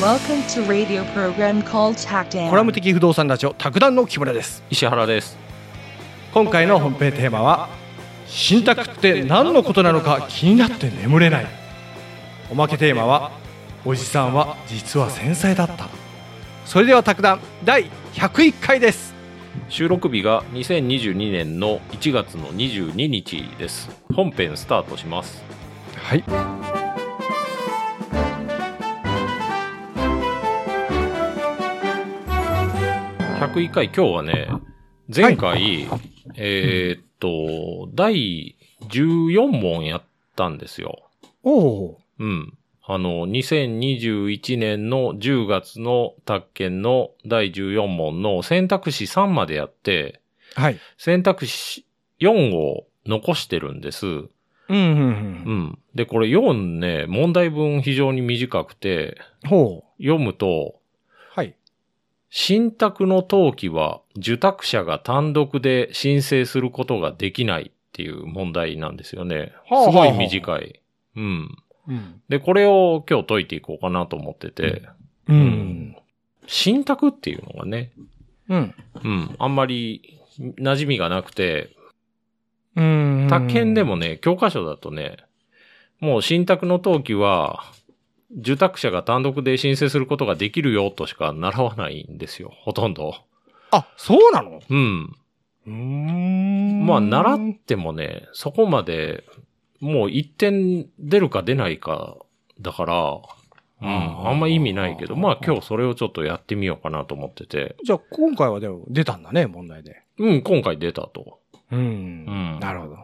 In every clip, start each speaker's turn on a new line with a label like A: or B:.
A: Welcome to radio program called Tactan.
B: コラム的不動産ラジオ卓談の木村です
C: 石原です
B: 今回の本編テーマは信託って何のことなのか気になって眠れないおまけテーマはおじさんは実は繊細だったそれでは卓談第101回です
C: 収録日が2022年の1月の22日です本編スタートします
B: はい
C: 101回今日はね前回、えーっと第14問やったんですよ
B: おお
C: うんあの2021年の10月の宅建の第14問の選択肢3までやって
B: はい
C: 選択肢4を残してるんです。
B: うんうんう
C: う
B: ん
C: ん。で、これ4ね、問題文非常に短くて、
B: ほう
C: 読むと、
B: はい
C: 信託の登記は受託者が単独で申請することができないっていう問題なんですよね。
B: はあ
C: すご
B: はあ
C: い短い。うん。
B: うん
C: で、これを今日解いていこうかなと思ってて、
B: う
C: うん信託っていうのがね、
B: うん
C: うん、あんまり馴染みがなくて、
B: うん
C: 宅建でもね、教科書だとね、もう信託の登記は、受託者が単独で申請することができるよとしか習わないんですよ、ほとんど。
B: あそうなの
C: うん。
B: うーん
C: まあ、習ってもね、そこまで、もう一点出るか出ないか、だから、うん、あんま意味ないけど、まあ今日それをちょっとやってみようかなと思ってて、
B: じゃあ今回はでも出たんだね問題で
C: うん、今回出たと。
B: うん、
C: うん
B: なるほど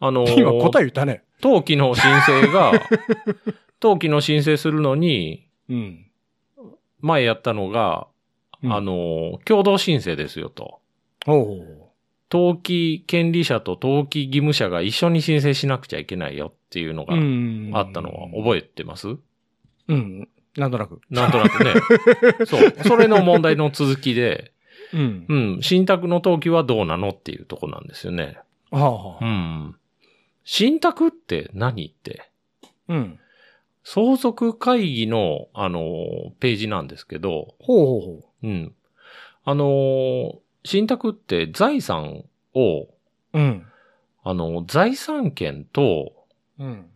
C: あのー
B: 今答え言ったね
C: 登記の申請が、 登記の申請するのに、
B: うん
C: 前やったのが、あの、共同申請ですよと。
B: おお
C: 登記権利者と登記義務者が一緒に申請しなくちゃいけないよっていうのが
B: ん
C: あったのは覚えてます、
B: うん。なんとなく。
C: なんとなくね。 そう。それの問題の続きで、
B: うん
C: う。ん、信託の登記はどうなのっていうとこなんですよね。
B: はあ、は
C: う
B: あ。
C: ん。信託って何って、
B: うん。
C: 相続会議の、あの、ページなんですけど、
B: ほうほうほ
C: うん。あの、信託って財産を、
B: う。うん。
C: あの、財産権と、
B: うん。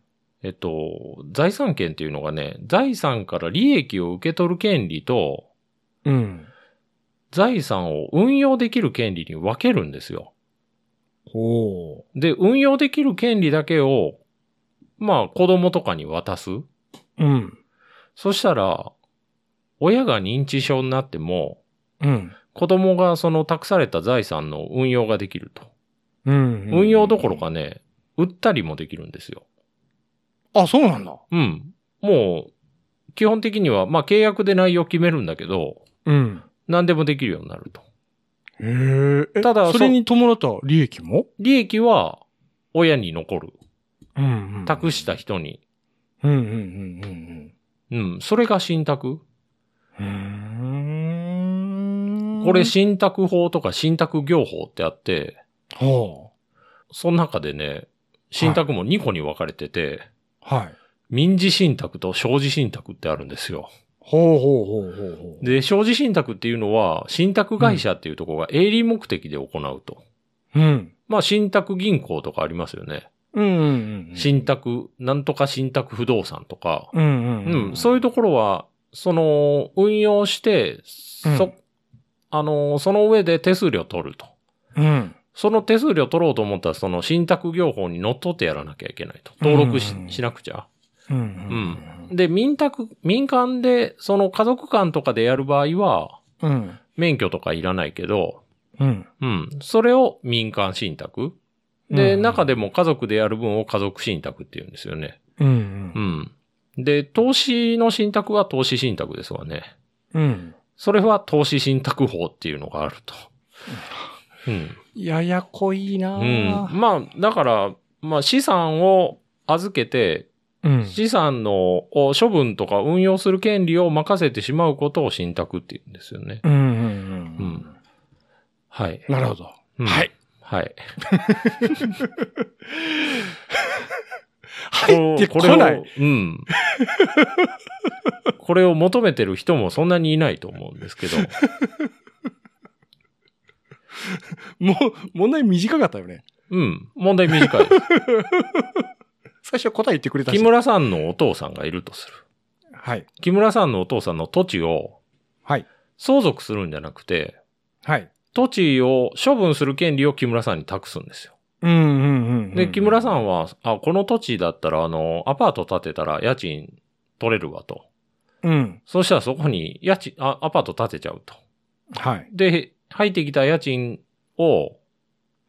C: えっと、財産権っていうのがね、財産から利益を受け取る権利と、
B: うん。
C: 財産を運用できる権利に分けるんですよ。
B: ほ
C: で、運用できる権利だけを、まあ、子供とかに渡す。
B: う。うん。
C: そしたら、親が認知症になっても、
B: うん。
C: 子供がその託された財産の運用ができると。
B: うん
C: 運用どころ。かね、売ったりもできるんですよ。
B: あ、そうなんだ。
C: うん。もう、基本的には、まあ契約で内容決めるんだけど、
B: うん。
C: 何でもできるようになると。
B: へえ。
C: ただ
B: それに伴った利益も
C: 利益は、親に残る。
B: うん
C: 託した。人に。
B: うんうんうん
C: うん。それが信託。
B: うんうん。うーん。
C: これ、信託法とか信託業法ってあって、
B: ほ
C: その中でね、信託も2個に分かれてて、
B: う。はい。
C: 民事信託と商事信託ってあるんですよ。
B: ほうほうほうほうほう。
C: で、商事信託っていうのは、信託会社っていうところが営利目的で行うと。
B: うん。
C: まあ、信託銀行とかありますよね。
B: うんうんうん。
C: 信。託、なんとか信託不動産とか。
B: うんうん
C: うん、そういうところは、その、運用して、そ、
B: うん
C: あの、その上で手数料取ると。
B: うん。
C: その手数料取ろうと思ったら、その信託業法にのっとってやらなきゃいけないと。登録し,、
B: うん
C: しなくちゃ。
B: うん
C: で、民宅、民間で、その家族間とかでやる場合は、
B: うん。うん。
C: 免許とかいらないけど、
B: うん。
C: うん、それを民間信託。で、
B: うん
C: 中でも家族でやる分を家族信託って言うんですよね。
B: うん
C: う。ん。で、投資の信託は投資信託ですわね。
B: うん。
C: それは投資信託法っていうのがあると。うん。
B: ややこいな
C: うん。まあ、だから、まあ、資産を預けて、
B: うん。
C: 資産のを処分とか運用する権利を任せてしまうことを信託って言うんですよね。
B: うん。
C: う
B: うん
C: ん。はい。
B: なるほど。
C: うん
B: はい。
C: はい。
B: 入ってこな
C: を
B: い。
C: うん。 これを求めてる人もそんなにいないと思うんですけど。
B: もう、問題短かったよね。
C: うん。問題短いです。
B: 最初答え言ってくれたし。
C: 木村さんのお父さんがいるとする。
B: はい。
C: 木村さんのお父さんの土地を
B: はい。
C: 相続するんじゃなくて、
B: はい。
C: 土地を処分する権利を木村さんに託すんですよ。
B: うんうんうんうん。
C: で、木村さんは、あ、この土地だったら、あの、アパート建てたら家賃取れるわと。
B: うん。
C: そしたらそこに家賃、あアパート建てちゃうと。
B: はい。
C: で、入ってきた家賃を、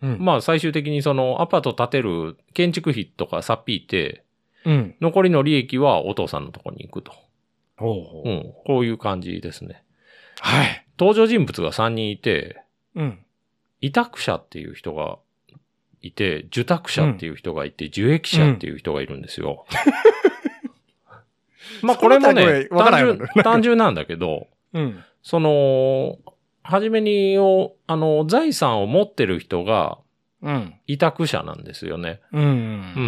B: うん。
C: まあ最終的にそのアパート建てる建築費とかさっぴいて、
B: うん。
C: 残りの利益はお父さんのとこに行くと。
B: ほうほ
C: う
B: う。
C: ん。こういう感じですね。
B: はい。
C: 登場人物が3人いて、
B: うん。
C: 委託者っていう人がいて、受託者っていう人がいて、受益者っていう人がいるんですよ。まあこれも
B: それ
C: ね
B: だけ、わからんよ
C: 単純単純なんだけど、
B: うん。
C: その、はじめにを、あの、財産を持ってる人が
B: うん。
C: 委託者なんですよね。
B: うん。う。
C: うん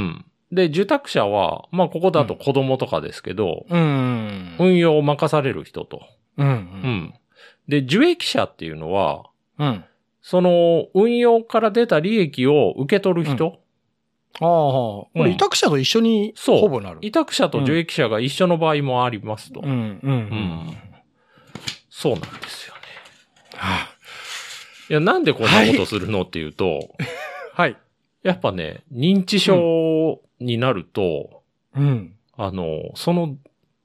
C: ん。で、受託者は、まあここだと子供とかですけど、
B: うん。
C: 運用を任される人と。
B: う。
C: うんん。で、受益者っていうのは、
B: うん。
C: その、運用から出た利益を受け取る人、
B: ああ、こ
C: うん
B: れ委託者と一緒に、
C: そう
B: ほぼなる。
C: 委託者と受益者が一緒の場合もありますと。
B: うん、うん、うん。
C: そうなんですよね。
B: はい
C: や、なんでこんなことするのっていうと、
B: あはい。
C: やっぱね、認知症になると、
B: うん。
C: あの、その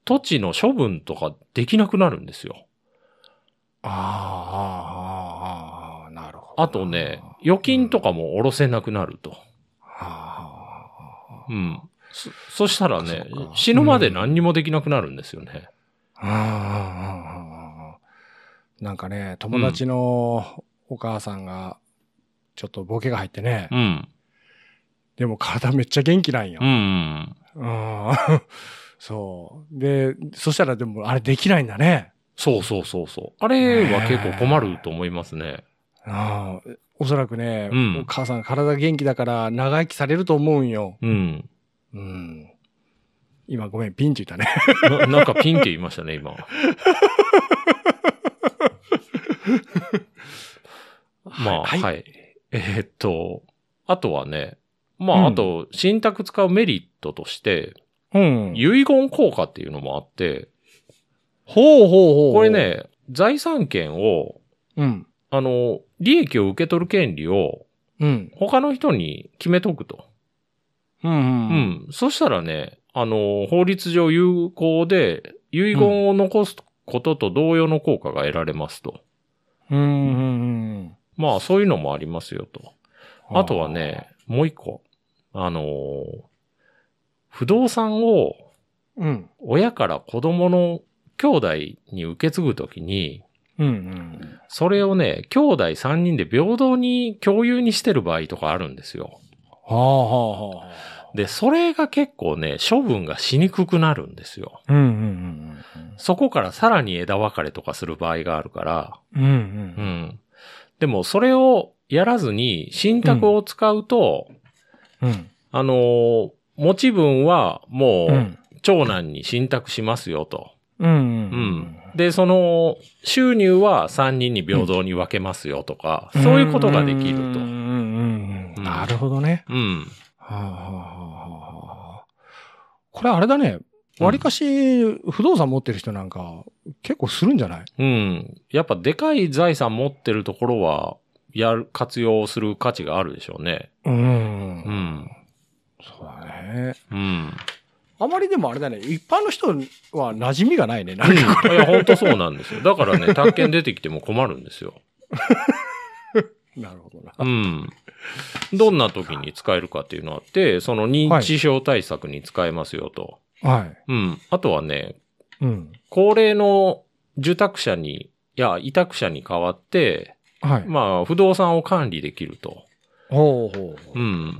C: 土地の処分とかできなくなるんですよ。
B: ああああ、ああ、なるほど。
C: あとね、預金とかも下ろせなくなると。
B: あ
C: うん。そ、そしたらね
B: そっかそっ、か
C: 死ぬまで何にもできなくなるんですよね。
B: あ、ああ、なんかね、友達のお母さんが、ちょっとボケが入ってね、
C: うん。
B: でも体めっちゃ元気なんよ
C: う。ん。
B: うん。 そう。で、そしたらでも、あれできないんだね。
C: そうそうそうそう。あれは結構困ると思いますね。
B: ああ、おそらくね、
C: うん
B: お母さん体元気だから長生きされると思うんよ。
C: うん。
B: うん。今ごめん、ピンって言ったね。
C: ななんかピンって言いまし たね、今。まあ、はい、えーっと、あとはね、まあ、
B: うん
C: あと、信託使うメリットとして、
B: うん。
C: 遺言効果っていうのもあって、
B: ほうほうほう。
C: これ。ね、財産権を、
B: うん。
C: あの、利益を受け取る権利を
B: うん。
C: 他の人に決めとくと。
B: うん。
C: う
B: うん。
C: ん。そしたらね、あの、法律上有効で、遺言を残すことと同様の効果が得られますと。
B: うん。うん。うん
C: まあ、そういうのもありますよと。あとは。ね、もう一個。あのー不動産を
B: うん。
C: 親から子供の兄弟に受け継ぐときに、
B: うん。うん。
C: それをね、兄弟3人で平等に共有にしてる場合とかあるんですよ。
B: はあはあはあ。
C: で、それが結構ね、処分がしにくくなるんですよ。
B: うん。うん。
C: そこからさらに枝分かれとかする場合があるから、
B: うん。うん。
C: う
B: うん。
C: ん。でも、それをやらずに、信託を使うと、
B: うん。
C: あのー持ち分はも
B: う
C: う、
B: ん。
C: 長男に信託しますよと。
B: うん。
C: うん。で、その、収入は3人に平等に分けますよとか、そういうことができると
B: う。ん。なるほどね。
C: うん。
B: はあはあはあ。これあれだね。わりかし、不動産持ってる人なんか、結構するんじゃない
C: うん。やっぱ、でかい財産持ってるところは、やる、活用する価値があるでしょうね。
B: うん
C: うん。
B: そうだね。
C: うん。
B: あまりでもあれだね、一般の人は馴染みがないね。なんか
C: うんいや、本当そうなんですよ。だからね、宅建出てきても困るんですよ。
B: なるほどな。
C: うん。どんな時に使えるかっていうのあって、その認知症対策に使えますよと。
B: はい。
C: うん。あとはね、
B: うん。
C: 高齢の受託者に、いや、委託者に代わって、
B: はい。
C: まあ、不動産を管理できると。
B: ほうほ
C: う
B: う。
C: ん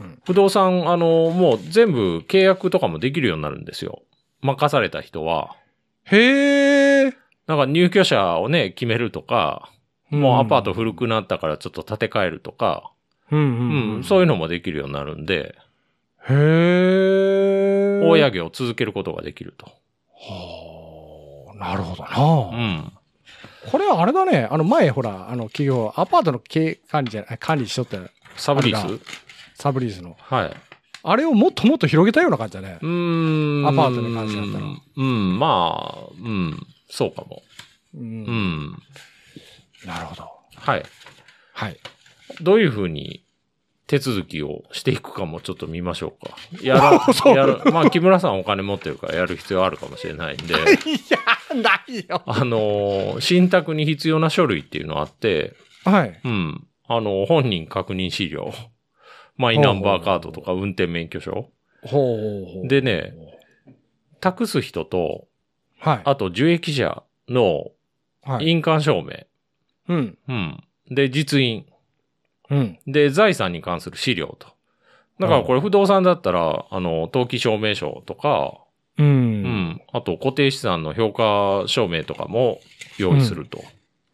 B: うん。
C: 不動産、あの、もう全部契約とかもできるようになるんですよ。任された人は。
B: へえ。
C: なんか入居者をね、決めるとか、もうアパート古くなったからちょっと建て替えるとか、
B: うんうん
C: うん、そういうのもできるようになるんで、
B: へえ。
C: 親業を続けることができると。
B: はあ、なるほどな。
C: うん。
B: これはあれだね。あの前、ほら、あの企業、アパートの経営管理じゃない、管理しとった
C: サブリ
B: あれ
C: ース
B: サブリースの。
C: はい。
B: あれをもっともっと広げたような感じだね
C: う。ーん。
B: アパートに関してだったら
C: うん、まあ、うん、そうかも。
B: う。
C: うんん。
B: なるほど。
C: はい。
B: はい。、
C: どういうふうに手続きをしていくかもちょっと見ましょうか。やら
B: そう
C: やる。まあ、木村さんお金持ってるからやる必要あるかもしれないん
B: い
C: で、
B: や、ないよ。
C: あのー、信託に必要な書類っていうのあって、
B: はい。
C: うん。あの、本人確認資料、 マイナンバーカードとか運転免許証。
B: ほうほうほう。
C: でね、託す人と、
B: はい。
C: あと受益者の
B: はい。
C: 印鑑証明。
B: うん。
C: うん。で、実印。
B: うん。
C: で、財産に関する資料と。だからこれ不動産だったら、あの、登記証明書とか、
B: う。
C: うんん。あと固定資産の評価証明とかも用意すると。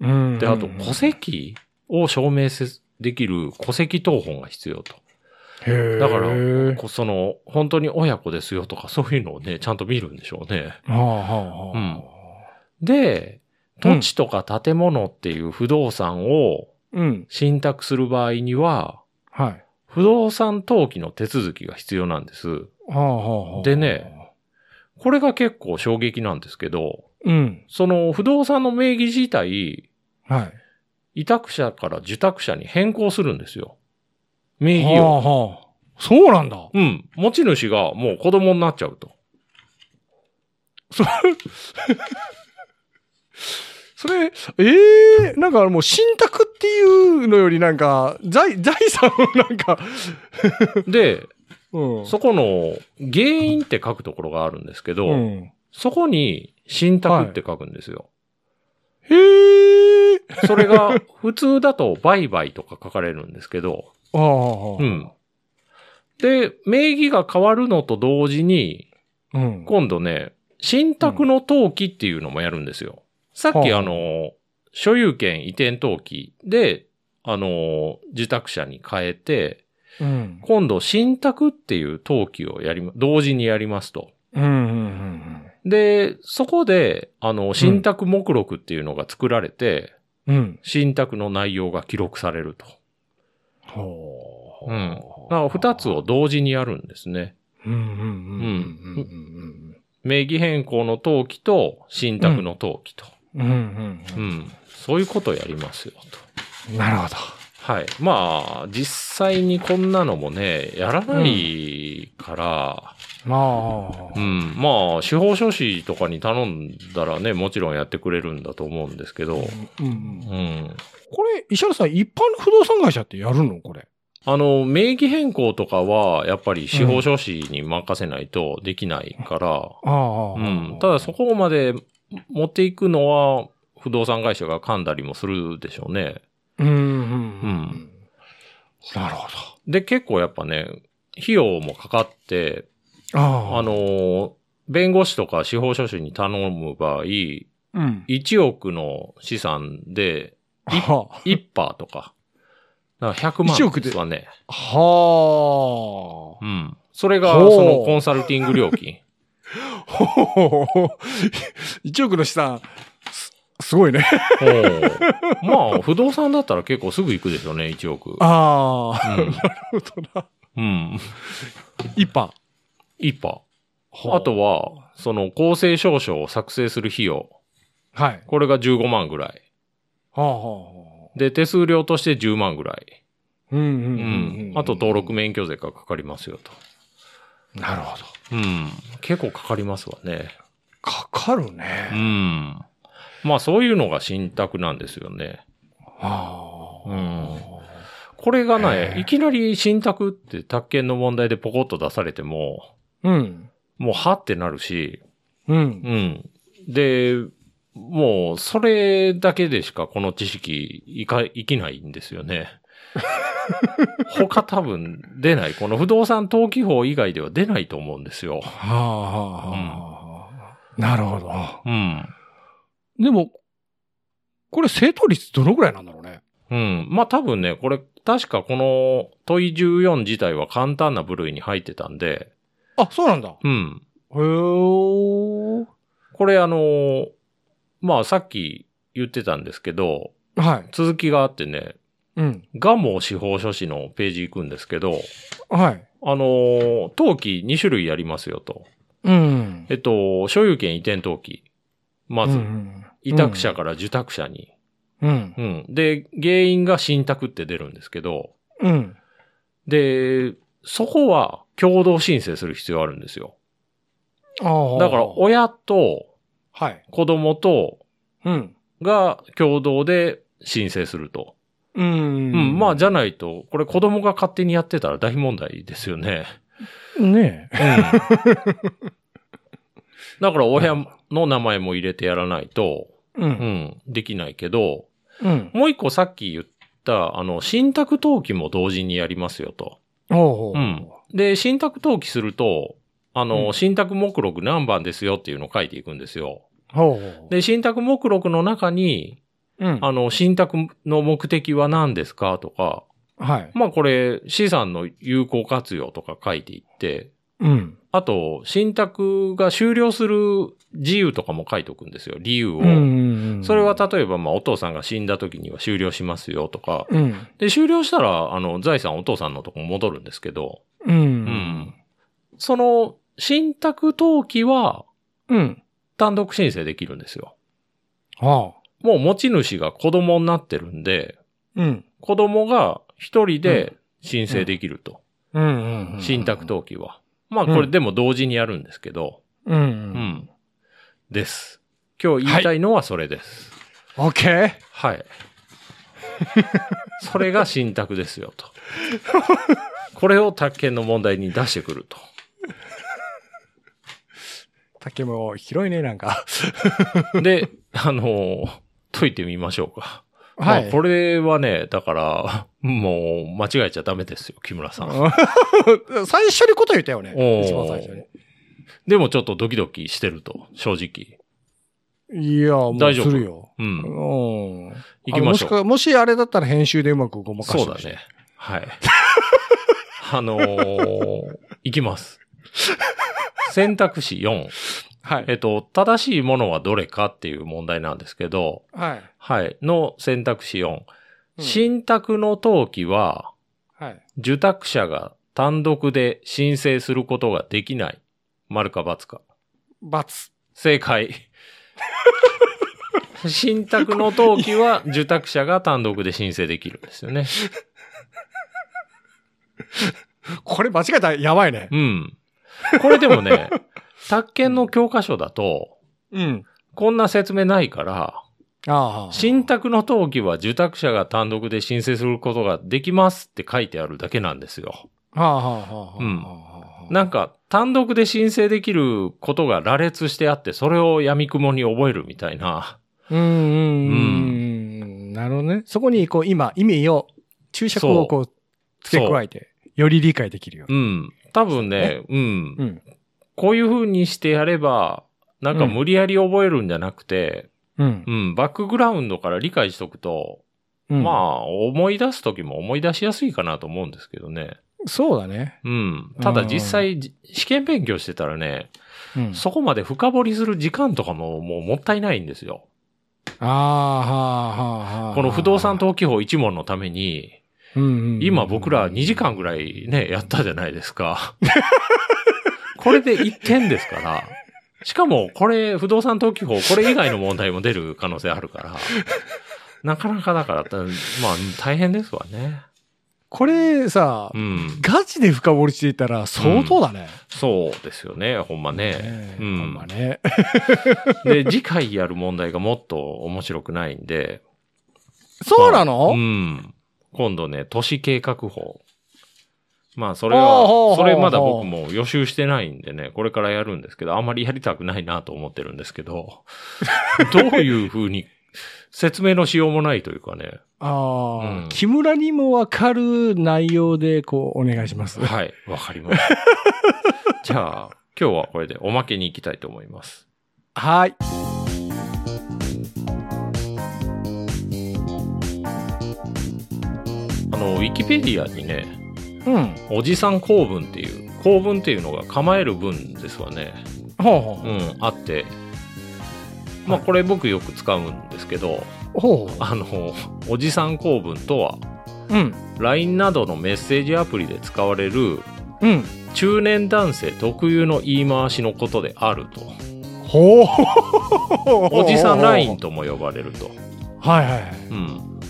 B: うん。
C: で、あと戸籍を証明せできる戸籍謄本が必要と。
B: へー
C: だからこその、本当に親子ですよとかそういうのをね、ちゃんと見るんでしょうね。
B: はあはあはあ。
C: うんで、
B: うん
C: 土地とか建物っていう不動産を
B: うん。
C: 信託する場合には、
B: はい。
C: 不動産登記の手続きが必要なんです。
B: はあはあはあ。
C: でね。これが結構衝撃なんですけど、
B: うん。
C: その不動産の名義自体、
B: はい。
C: 委託者から受託者に変更するんですよ。名義
B: は
C: を。
B: あはあ。そうなんだ。
C: うん。持ち主がもう子供になっちゃうと。
B: それ、ええなんかもう、信託っていうのよりなんか、財、財産のなんか、
C: で、
B: うん。
C: そこの原因って書くところがあるんですけど、
B: うん。
C: そこに信託って書くんですよ。
B: へえ。
C: それが普通だと売買とか書かれるんですけ ど、
B: ああ、はあ
C: うん。で、名義が変わるのと同時に、
B: うん。
C: 今度ね、信託の登記っていうのもやるんですよ。さっき
B: はあ
C: あの、所有権移転登記で、あの、受託者に変えて、
B: うん。
C: 今度信託っていう登記をやりま、同時にやりますと。
B: うん。うん。
C: で、そこで、あの、信託目録っていうのが作られて、
B: うん。うん。
C: 信託の内容が記録されると。
B: ほ
C: うん。だから二つを同時にやるんですね。
B: うん。うん。うん。
C: 名義変更の登記と、信託の登記と。
B: うん。うん。
C: うん。そういうことをやりますよ、と。
B: うん。なるほど。
C: はい。まあ、実際にこんなのもね、やらないから、
B: ま
C: うん、まあ、司法書士とかに頼んだらね、もちろんやってくれるんだと思うんですけど、
B: あ。うん。
C: うん。
B: これ、石原さん、一般の不動産会社ってやるのこれ。
C: あの、名義変更とかは、やっぱり司法書士に任せないとできないから、
B: ああ
C: うん。ただそこまで持っていくのは、不動産会社が噛んだりもするでしょうね。
B: うん。うん。う
C: うんん。
B: なるほ
C: で、結構やっぱね、費用もかかって、
B: ど。ああ。
C: あの、ー、弁護士とか司法書士に頼む場合、1
B: うん。
C: 億の資産で
B: はあ。
C: 1パーとか、だから100万
B: 1億で
C: ですわね。
B: は あ。
C: うん。それが、
B: ほう
C: そのコンサルティング料金。
B: ほほ1億の資産、す、すごいね。
C: ほうまあ、不動産だったら結構すぐ行くでしょうね、1億。
B: ああ。
C: うん
B: なるほどな。
C: うん。
B: 一般。
C: 1パー。あとは、その、公正証書を作成する費用。
B: はい。は
C: これが15万ぐらい。
B: あ、はあ、はあ。
C: で、手数料として10万ぐらい。
B: うんう
C: うんん。あと、登録。免許税がかかりますよと。
B: なるほど。
C: うん。結構かかりますわね。
B: かかる
C: う
B: ね。
C: ん。まあ、そういうのが信託なんですよね。
B: は
C: う
B: あ。
C: ん。これが
B: へえ
C: ね、いきなり信託って宅建の問題でポコッと出されても、
B: うん。
C: もうはってなるし、
B: う。
C: うんん。で、もう、それだけでしかこの知識いか、生きないんですよ ね。他多分出ない。この不動産登記法以外では出ないと思うんですよ。
B: はあ、はあ、はあ。なるほど。
C: うん。
B: でも、これ正答率どのぐらいなんだろうね。
C: うん。まあ多分ね、これ確かこの問い14自体は簡単な部類に入ってたんで、
B: あ、そうなんだ。へ
C: うん。
B: ー。
C: これあの、まあさっき言ってたんですけど、
B: はい。
C: 続きがあってね、
B: うん。
C: ガモ司法書士のページ行くんですけど、
B: はい。
C: あの、登記2種類ありますよと。
B: うん。
C: えっと、所有権移転登記。まず
B: う、ん
C: 委託者から受託者に。
B: うん。
C: うん。で、原因が信託って出るんですけど、
B: うん。
C: で、そこは共同申請する必要あるんですよ。
B: ああ。
C: だから、親と
B: はい。
C: 子供と
B: うん。
C: が共同で申請すると。
B: う。
C: うんん。まあ、じ
B: ゃ、
C: ゃないと、これ子供が勝手にやってたら大問題ですよね。
B: ねえ。
C: だから、親の名前も入れてやらないと、
B: う。
C: うんん、できないけど、
B: うん。
C: もう一個さっき言った、あの、信託登記も同時にやりますよと。
B: ほうほう。
C: うん。で、信託登記すると、あの、
B: うん
C: 信託目録何番ですよっていうのを書いていくんですよ。
B: ほうほう。
C: で、信託目録の中に、
B: うん。
C: あの、信託の目的は何ですかとか、
B: はい。
C: まあこれ、資産の有効活用とか書いていって、
B: うん。
C: あと、信託が終了する自由とかも書いておくんですよ。理由を。
B: うん。
C: それは、例えば、まあ、お父さんが死んだ時には終了しますよとか。
B: うん。
C: で、終了したら、あの、財産お父さんのとこ戻るんですけど、
B: う。。
C: うんその、信託登記は
B: うん。
C: 単独申請できるんですよ。
B: はあ。
C: もう持ち主が子供になってるんで、
B: うん。
C: 子供が一人で申請できると。
B: うん。うん
C: 信託。登記は。まあ、こ
B: う
C: れ
B: ん
C: でも同時にやるんですけど、
B: う。
C: うんん。です。今日言いたいのはそれです。
B: オッケー。
C: はい。それが信託ですよと。これを宅建の問題に出してくると。
B: 竹も広いね、なんか。
C: で、あのー解いてみましょうか。
B: は
C: まあ
B: い。
C: これはね、だから、もう間違えちゃダメですよ、木村さん。
B: うん 最初にこと言ったよね
C: お。ー
B: 一番最初
C: でもちょっとドキドキしてると、正直。
B: に。いや、もう
C: 大丈夫
B: するよ。
C: うん。
B: うん。
C: 行きましょ
B: あのも
C: う。
B: かもしあれだったら編集でうまくごまかして
C: そう
B: ほ
C: だ
B: しい
C: ね。。 はい。あのー行きます。選択肢4。
B: は
C: え
B: い。
C: っと、正しいものはどれかっていう問題なんですけど、
B: はい。
C: はい。の選択肢4。
B: うん
C: 信託の登記は、
B: はい。
C: 受託者が単独で申請することができない。丸か×か。
B: 罰。
C: 正解。信託の登記は受託者が単独で申請できるんですよね。
B: これ間違えたらやばいね。
C: うん。これでもね、宅建の教科書だと、
B: うん。
C: こんな説明ないから、
B: ああ。
C: 信託の登記は受託者が単独で申請することができますって書いてあるだけなんですよ。
B: はあはあはあはあ。
C: うん
B: はあ
C: なんか、単独で申請できることが羅列してあって、それを闇雲に覚えるみたいな。
B: うんうんうんうん。なるほどね。そこに、こう、今、意味を、注釈をこう、付け加えて、より理解できるよう
C: う
B: に。
C: ん。多分ね、うん。
B: うん。
C: こういう風にしてやれば、なんか無理やり覚えるんじゃなくて、
B: うん
C: う。ん、バックグラウンドから理解しとくと、
B: うん
C: まあ、思い出すときも思い出しやすいかなと思うんですけどね。
B: そうだね。
C: うん。ただ実際、じ試験勉強してたらね、
B: うん。
C: そこまで深掘りする時間とかももうもったいないんですよ。
B: ああ、はあ、はあ、はあ。
C: この不動産登記法一問のために、
B: うんうんうん、
C: 今僕ら2時間ぐらいね、やったじゃないですか。 これで1点ですから。しかも、これ、不動産登記法、これ以外の問題も出る可能性あるから、なかなかだから、たまあ、大変ですわね。
B: これさ、
C: うん。
B: ガチで深掘りしていたら相当だね。
C: そうですよね、ほんまね。
B: ねえ
C: う
B: ほ
C: ん
B: んまね。
C: で、次回やる問題がもっと面白くないんで。
B: そうなの、
C: うん。今度ね、都市計画法。まあ、それ
B: あーほうほうほ
C: は、
B: う
C: それまだ僕も予習してないんでね、これからやるんですけど、あんまりやりたくないなと思ってるんです けど、どういうふうに説明のしようもないというかね、
B: ああ、
C: うん
B: 木村にもわかる内容で、こう、お願いします。
C: はい、わかります。 じゃあ、今日はこれでおまけに行きたいと思います。
B: はい。
C: あのの、ウィキペディアにね、
B: うん。
C: おじさん公文っていう、公文っていうのが構える文ですわね。
B: ほうほ
C: うん、あって。まあ、
B: はい
C: これ僕よく使うんですけど、
B: う。ほうほ
C: あの、おじさん公文とは、
B: う。うん。
C: LINE などのメッセージアプリで使われる
B: うん。
C: 中年男性特有の言い回しのことであると。
B: ほう。
C: おじさん LINE。とも呼ばれると。
B: はいはいはい。
C: うん。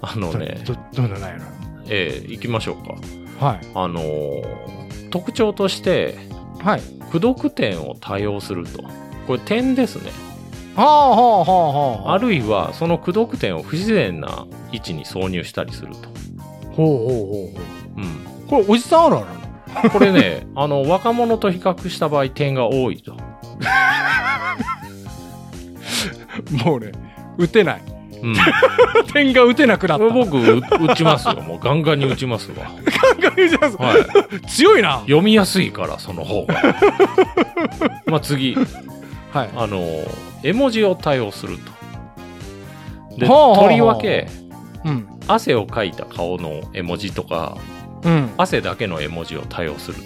C: あのね、
B: ど、どんなラインな
C: えー行きましょうか。
B: のは
C: あのー特徴として、
B: い。はい。
C: 句読点を多用すると。これ点ですね。
B: はあはあはあはあ。
C: あるいはその句読点を不自然な位置に挿入したりすると。
B: ほうほうほうほ
C: うん。
B: う。これ、おじさんあるある
C: これね、 あの、若者と比較した場合点が多いと。
B: なのもうね、打てない。
C: うん。
B: 点が打てなくなった。
C: 僕、う打ちますよ。もうガンガンに打ちますわ。はい。
B: 強いな。
C: 読みやすいから、その方が。 まあ次。
B: はい。
C: あの絵文字を対応すると。で、
B: ほうほうほう
C: とりわけ、
B: うん。
C: 汗をかいた顔の絵文字とか、
B: うん。
C: 汗だけの絵文字を対応する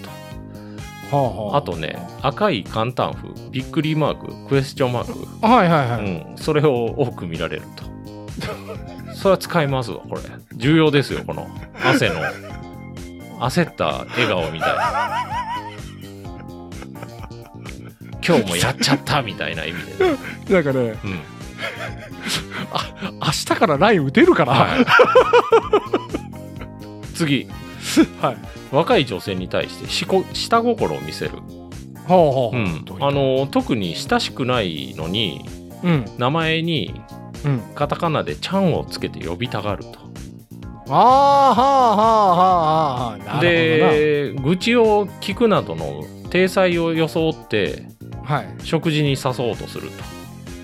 C: と。
B: はあは
C: あとね、赤い簡単符、びっくりマーク、クエスチョンマーク、
B: はいはいはい。
C: うん、それを多く見られると。それは使いますわ、これ。重要ですよ、この汗の、焦った笑顔みたいな。今日もやっちゃったみたいな意味でね。
B: なんかね、
C: うん。
B: 明日からライン打てるから。
C: はい、次
B: はい。
C: 若い女性に対してしこ下心を見せる、
B: ほうほう。
C: うん
B: どい
C: あ、の特に親しくないのに
B: うん。
C: 名前に
B: うん。
C: カタカナで「ちゃん」をつけて呼びたがると
B: ああ、はあはあはあはあ。なるほどな、
C: で愚痴を聞くなどの体裁を装って
B: はい。
C: 食事に誘おうとする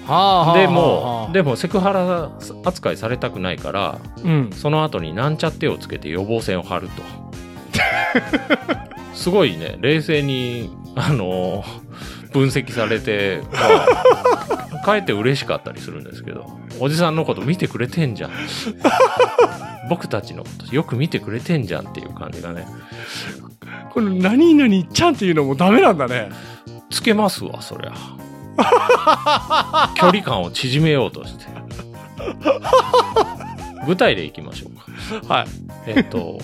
B: はあはあはあは
C: と
B: あ。
C: でもでもセクハラ扱いされたくないから
B: うん。
C: その後になんちゃってをつけて予防線を 張ると。すごいね、冷静に、あの分析されて、ま あ、かえって嬉しかったりするんですけど、おじさんのこと見てくれてんじゃん。僕たちのことよく見てくれてんじゃんっていう感じがね、
B: この何々ちゃんっていうのもダメなんだね。
C: つけますわ、そりゃ。距離感を縮めようとして。具体でいきましょうか。
B: はい。
C: えっ と、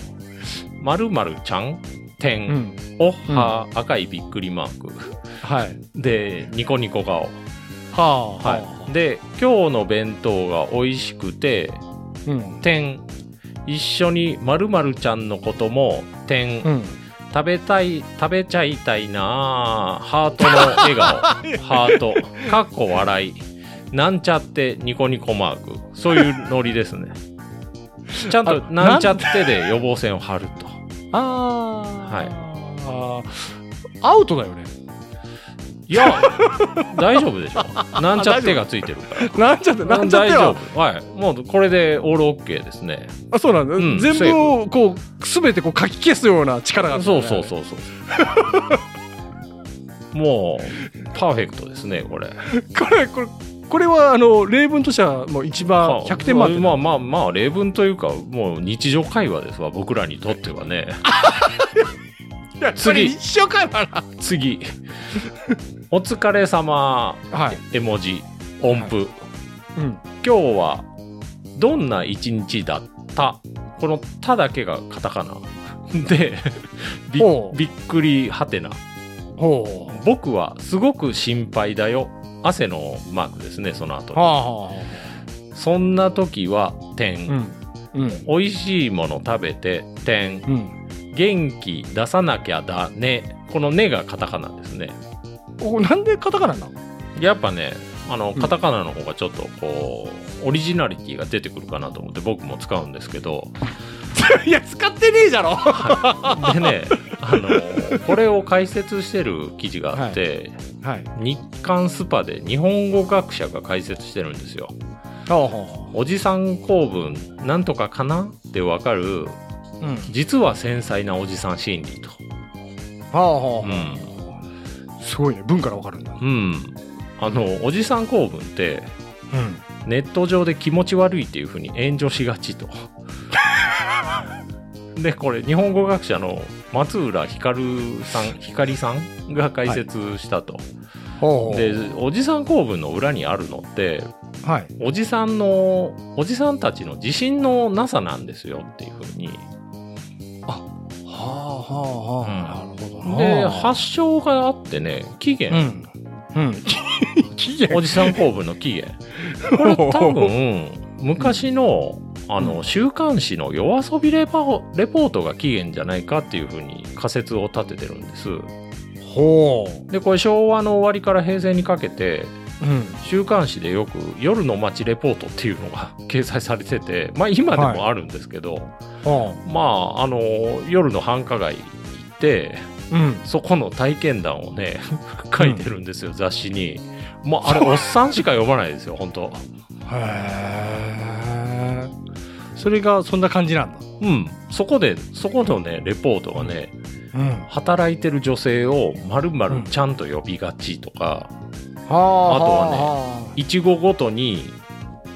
C: まるまるちゃん、点、
B: うん。
C: おは、赤いびっくりマーク。
B: はい。
C: で、ニコニコ顔。
B: はあ、は
C: はい。で、今日の弁当が美味しくて、
B: い。うん。
C: 点。一緒にまるまるちゃんのことも、点。
B: うん。
C: 食べたい、食べちゃいたいなぁハートの 笑顔。ハート。かっこ笑い。なんちゃってニコニコマーク。そういうノリですね。ちゃんと
B: あ
C: なんちゃってで予防線を張ると。
B: あ
C: はい
B: あ。ああ。アウトだよね。
C: いや、大丈夫でしょ。なんちゃってがついてるから。
B: なんちゃって、なんちゃっては
C: 大丈夫はいもうこれでオールオッケーですね
B: あそうなんだ、
C: うん
B: 全部をこう全てこうかき消すような力があるんだ
C: そ
B: ね、
C: うそうそうそうもうパーフェクトですねこれ
B: これこれこれはあの例文としてはもう一番
C: あ
B: 100点満点
C: まあまあまあ例文というかもう日常会話ですわ僕らにとってはね
B: いや
C: 次
B: これ一緒かな
C: 次 お疲れ様
B: はい、
C: 絵文字音符、
B: うん、
C: 今日はどんな一日だったこの「た」だけがカタカナでび
B: ほう
C: びっくりはてな
B: ほう
C: 僕はすごく心配だよ汗のマークですねその後
B: はあはあは
C: そんな時は点、
B: あうんうん
C: 美味しいもの食べて点
B: うん
C: 元気出さなきゃだねこの「ね」がカタカナですね
B: おなんでカタカナなの
C: やっぱねあの
B: うん
C: カタカナの方がちょっとこうオリジナリティが出てくるかなと思って僕も使うんですけ ど
B: いや使ってねえじゃろは
C: でねあのこれを解説してる記事があって、
B: い
C: 日刊スパで日本語学者が解説してるんですよ
B: ほうほ
C: おじさん構文なんとかかなってわかる
B: ううんは
C: 実は繊細なおじさん心理と
B: あは
C: う
B: あ、
C: ん、
B: すごいね文からわかるんだ
C: うん、あのおじさん構文って
B: うん
C: ネット上で気持ち悪いっていうふうに炎上しがちとで、これ、日本語学者の松浦光さん、光さんが解説したと。
B: ほう
C: で、おじさん公文の裏にあるのって、
B: はい
C: おじさんの、おじさんたちの自信のなさなんですよっていうふうに。
B: はあはあはあ、なるほどな
C: で、発祥があってね、起
B: う
C: 源。
B: んうん期限
C: おじさん公文の起源。これ多分、昔の、あの、週刊誌の夜遊びレポレポートが起源じゃないかっていうふうに仮説を立ててるんです。
B: ほ
C: で、これ昭和の終わりから平成にかけて、
B: ううん
C: 週刊誌でよく夜の街レポートっていうのが 掲載されてて、まあ今でもあるんですけど、
B: ほ
C: まああの、夜の繁華街行って、
B: ううん
C: そこの体験談をね、 書いてるんですよ、雑誌に。もうあれ、おっさんしか読まないですよ、本当
B: へえそれがそんな感じなんだ
C: うん。そこで、そこのね、レポートがね、
B: うん
C: 働いてる女性をまるま
B: う
C: る
B: ん
C: ちゃんと呼びがちとか、
B: はあ
C: あとはね
B: ね
C: いちごごとに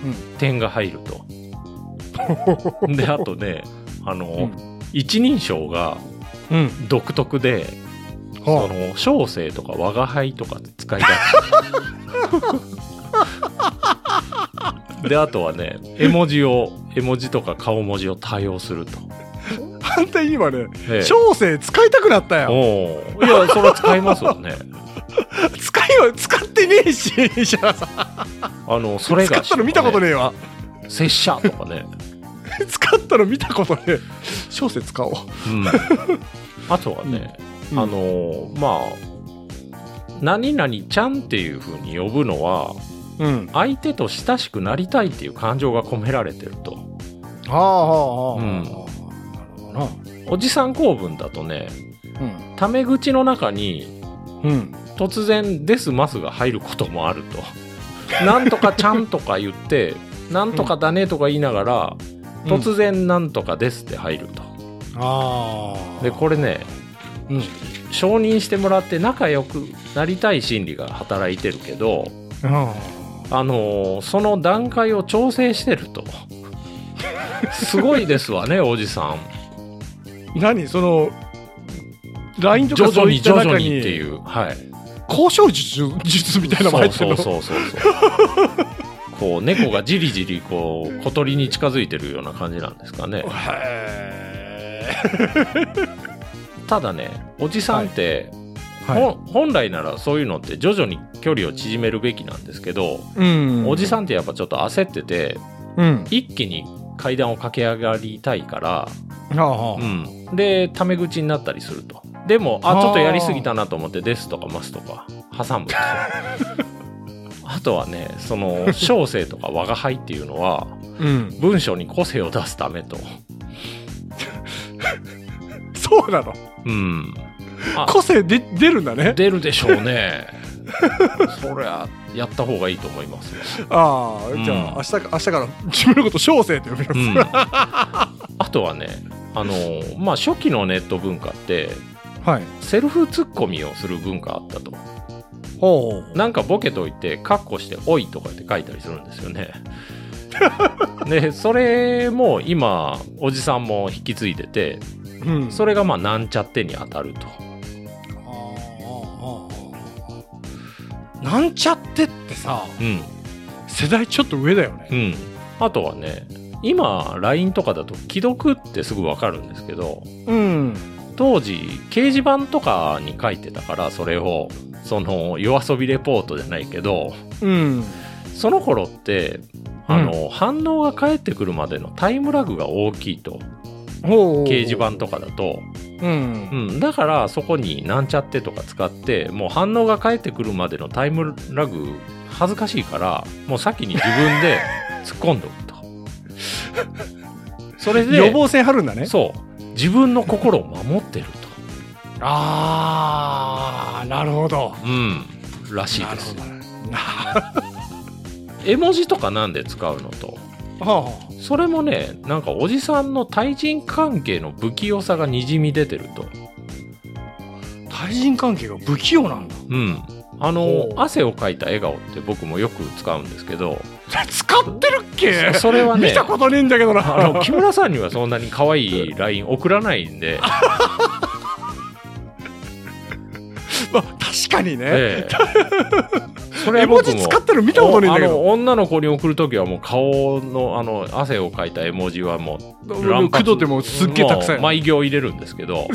B: うん
C: 点が入る と。で、あとね、あの、
B: うん
C: 一人称が
B: うん
C: 独特で、そ
B: は
C: の、小生とか我が輩とか使いがち。で、あとはね、絵文字を、絵文字とか顔文字を多用すると。
B: あ反対に今ね
C: ええ
B: 小生使いたくなったよ
C: おういや、それは使いますよね。
B: 使いは使ってねえし石原さん
C: あの、それ
B: 使
C: が、
B: ったの見たことねえわ
C: え。拙者とかね。
B: 使ったの見たことねえ小生使おう
C: うん。あとはね、
B: うん
C: あの、まあ、何々ちゃんっていう風に呼ぶのは、
B: うん
C: 相手と親しくなりたいっていう感情が込められてると。
B: はあはあはあ
C: うん
B: なるほどな
C: おじさん構文だとね、
B: うん
C: タメ口の中に
B: うん
C: 突然ですますが入ることもある と。なんとかちゃんとか言って、なんとかだねとか言いながら、突然なんとかですって入ると。
B: ああ
C: で、これね、
B: うん
C: 承認してもらって仲良くなりたい心理が働いてるけど、
B: あ
C: あのーその段階を調整して るとすごいですわねおじ さん
B: ー何その LINE と
C: 徐
B: かそ
C: 々
B: うい
C: に
B: った
C: 徐々
B: 中
C: にってい
B: に
C: うはい
B: 交渉術術みたいなのも入ってる
C: そう
B: の
C: そうそうそう こう猫がじりじりこう小鳥に近づいてるような感じなんですかね
B: へ
C: ただねおじさんって、
B: ー
C: ほん本来ならそういうのって徐々に距離を縮めるべきなんですけど、
B: うん
C: おじさ
B: ん、
C: んってやっぱちょっと焦ってて
B: うん、
C: 一気に階段を駆け上がりたいから
B: ああ、
C: うん、でタメ口になったりするとでもあ
B: あー
C: ちょっとやりすぎたなと思って「です」とか「ます」とか挟むと あとはねその小生とか「我が輩」っていうのは
B: うん、
C: 文章に個性を出すためと
B: そうなの
C: うんあ
B: 個性で出るんだね
C: 出るでしょうね そりゃやった方がいいと思いますよ、
B: ああ
C: ん
B: じゃあ明日か明日から自分のこと小生って呼びます、
C: うん、あとはねあのまあ初期のネット文化って
B: はい
C: セルフツッコミをする文化あったと
B: ほう
C: なんかボケといて、カッコして、おいとかって書いたりするんですよ ね。で、それも今、おじさんも引き継いでて、
B: うん
C: それがまあ、なんちゃってに当たる
B: あ
C: と。
B: あああなんちゃってってさ
C: うん。
B: 世代ちょっと上だよね
C: うん。あとはね、今、LINE とかだと、既読ってすぐわかるんですけど、
B: うん
C: 当時、掲示板とかに書いてたから、それを、その、夜遊びレポートじゃないけど、
B: うん
C: その頃って、あの、反応が返ってくるまでのタイムラグが大きいと。
B: ほう
C: 掲示板とかだと、
B: う
C: うんん、だからそこになんちゃってとか使ってもう反応が返ってくるまでのタイムラグ恥ずかしいからもう先に自 分で突っ込んどくとそれで
B: 予防線張るんだね
C: そう自分の心を守ってる
B: ああなるほど
C: と、うん、らしい
B: な
C: で
B: るほ
C: す
B: ど
C: 絵文字とかなんで使うのと
B: はあ
C: それもねなんかおじさんの対人関係の不器用さがにじみ出てると
B: 対人関係が不器用なんだ
C: うんあの
B: お、う
C: 汗をかいた笑顔って僕もよく使うんですけど、
B: 使ってるっけ
C: そそれはね
B: 見たことねえんだけどな
C: あ の、木村さんにはそんなに可愛い LINE 送らないんで、
B: まあ確かにね、
C: ええそ
B: 絵
C: れは
B: 文
C: 僕
B: 字
C: も。
B: 使ってるの見たことねえんだけ
C: あ
B: ど
C: の女の子に送るときはもう顔のあの汗をかいた絵文字はもう
B: 俺
C: 乱
B: も
C: 発
B: 工藤でもすっげえたくさん
C: もう
B: や
C: 毎行入れるんですけ ど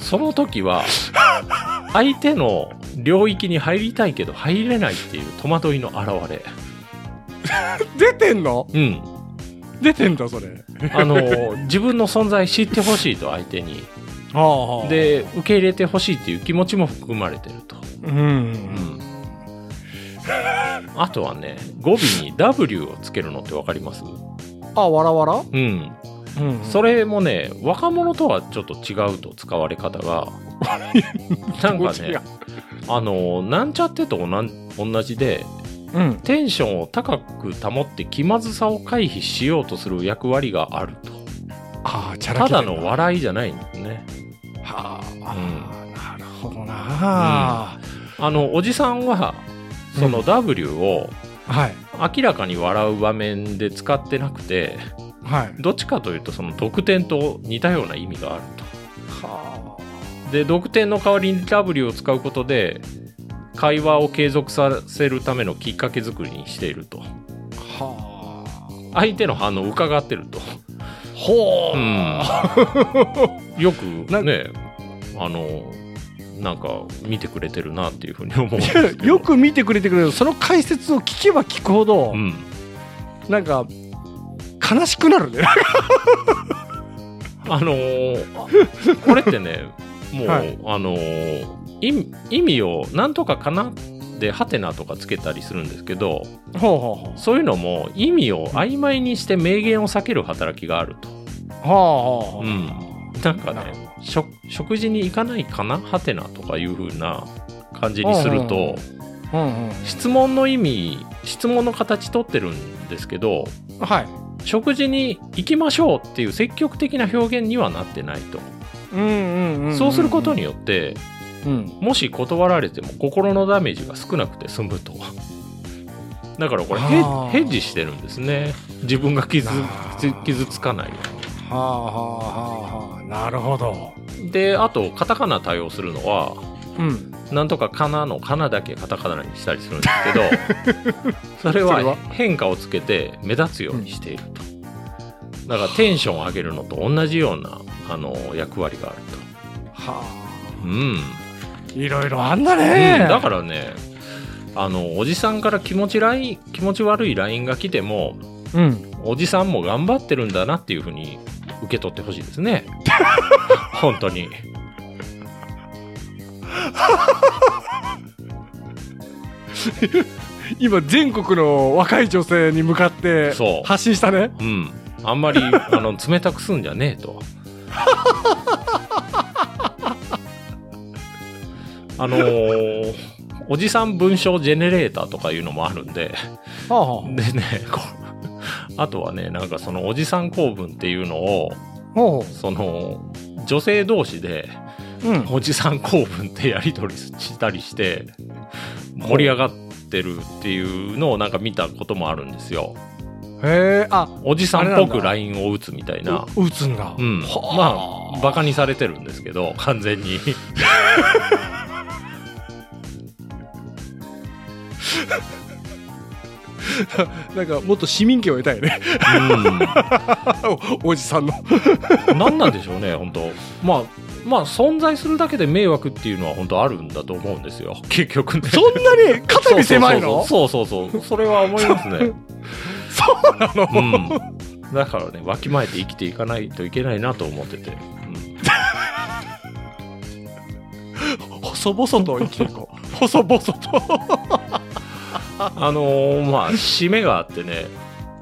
C: その時は相手の領域に入りたいけど入れないっていう戸惑いの表れ
B: 出てんの
C: うん
B: 出てんだそれ
C: あの自分の存在知ってほしいと相手に
B: ああ
C: で受け入れてほしいっていう気持ちも含まれてると
B: うん
C: うんあとはね語尾に W をつけるのってわかります
B: あわらわら、
C: うん
B: うん
C: それもね若者とはちょっと違うと使われ方がなんかねあのなんちゃってと同じ同じで
B: うん
C: テンションを高く保って気まずさを回避しようとする役割があると
B: ああチャラ
C: た
B: け
C: だ
B: ん
C: の笑いじゃないんですね
B: はあ、なるほどな、
C: あのおじさんはその W を
B: はい
C: 明らかに笑う場面で使ってなくて
B: はい
C: どっちかというとその得点と似たような意味があると
B: は
C: で読点の代わりに W を使うことで会話を継続させるためのきっかけ作りにしていると
B: あは
C: 相手の反応を伺ってると、
B: あほう、
C: うんよく
B: なん
C: ねあのなんか見てくれてるなっていうふうに思うんで
B: い
C: す
B: や
C: けど
B: よ、く見てくれてくれるその解説を聞けば聞くほど、
C: うん、
B: なんか悲しくなるね
C: あのーこれってねもう、
B: はい
C: あのー意意味をなんとかかなでハテナとかつけたりするんですけど
B: ほうほうほう
C: そういうのも意味を曖昧にして明言を避ける働きがあると
B: はあはあ、
C: うんなんか
B: なる
C: ね食食事に行かないかなはてなとかいう風な感じにする
B: うんうんう
C: と
B: うんうん
C: 質問の意味質問の形取ってるんですけど
B: はい
C: 食事に行きましょうっていう積極的な表現にはなってないと
B: うんうんうんん
C: そうすることに、よって
B: うん、
C: もし断られても心のダメージが少なくて済むとだからこれヘ
B: あー
C: ヘッジしてるんですね自分が傷
B: あ
C: つ
B: ー
C: 傷つかないよう
B: は
C: に
B: あはあはあはあなるほど
C: であとカタカナ対応するのは
B: うん
C: なんとかかなのかなだけカタカナにしたりするんです けど
B: そ
C: それ
B: れは
C: は変化をつけて目立つようにしていると、だからテンションを上げるのと同じようなあの役割がある
B: は
C: とう
B: あ
C: ん、
B: いろいろあんだね、
C: うんだからねあのおじさんから気持ちライン気持ち悪い LINE が来ても
B: らうん
C: おじさんも頑張ってるんだなっていうふうに受け取ってほしいで すね本当に
B: 今全国の若い女性に向かって
C: そう
B: 発信したね
C: うん、あんま りあの冷たくすんじゃねえと。 あのーおじさん文章ジェネレーターとかいうのもあるんで、
B: はあは
C: でね、こうあとはね、なんかそのおじさん構文っていうのを、
B: ほ
C: その女性同士で
B: ううん
C: おじさん構文ってやり取りしたりして、盛り上がってるっていうのをなんか見たこともあるんですよ。
B: へえあ
C: おじさんっぽ
B: あれなん
C: く
B: だ
C: LINE を打つみたいな。
B: う打つんだ、
C: うん、
B: は
C: まあバカにされてるんですけど完全に
B: なんかもっと市民権を得たい ね
C: う
B: おじさんの
C: ん何なんでしょうね本当まあまあ存在するだけで迷惑っていうのは本当あるんだと思うんですよ結局ね
B: そんなに肩身狭いの
C: そうそうそうそうそうそれは思います ね
B: そうなの
C: うんだからねわきまえて生きていかないといけないなと思ってて、うん
B: 細々と生きていこ う細々と
C: あのーまあ締めがあってね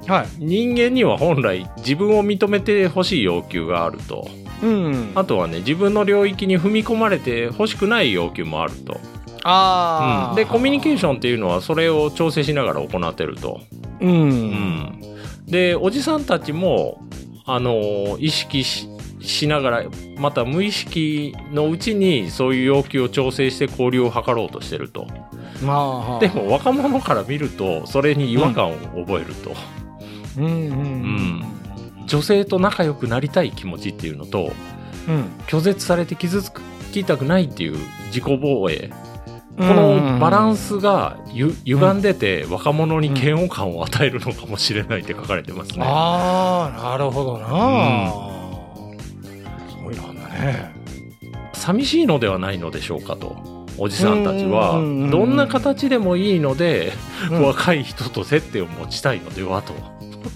B: はい
C: 人間には本来自分を認めてほしい要求があると
B: うん
C: あとはね自分の領域に踏み込まれて欲しくない要求もあると、
B: あ
C: うんでコミュニケーシ
B: ョ
C: ョンっていうのはそれを調整しながら行ってると、
B: ンうん、
C: うんでおじさんたちもあのー意識ししながら、また無意識のうちにそういう要求を調整して交流を図ろうとしてると。
B: まあ
C: でも若者から見ると、それに違和感を覚えると。
B: うんうん
C: 女性と仲良くなりたい気持ちっていうのと、
B: うん
C: 拒絶されて傷つきたくないっていう自己防衛。
B: こ
C: このバランスがゆ歪んでて若者に嫌悪感を与えるのかもしれないって書かれてますね。
B: ああなるほどな、すごいなんだね
C: 寂しいのではないのでしょうかと。おじさんたちは
B: うんうんうんうん
C: どんな形でもいいので
B: うん
C: 若い人と接点を持ちたいのではと。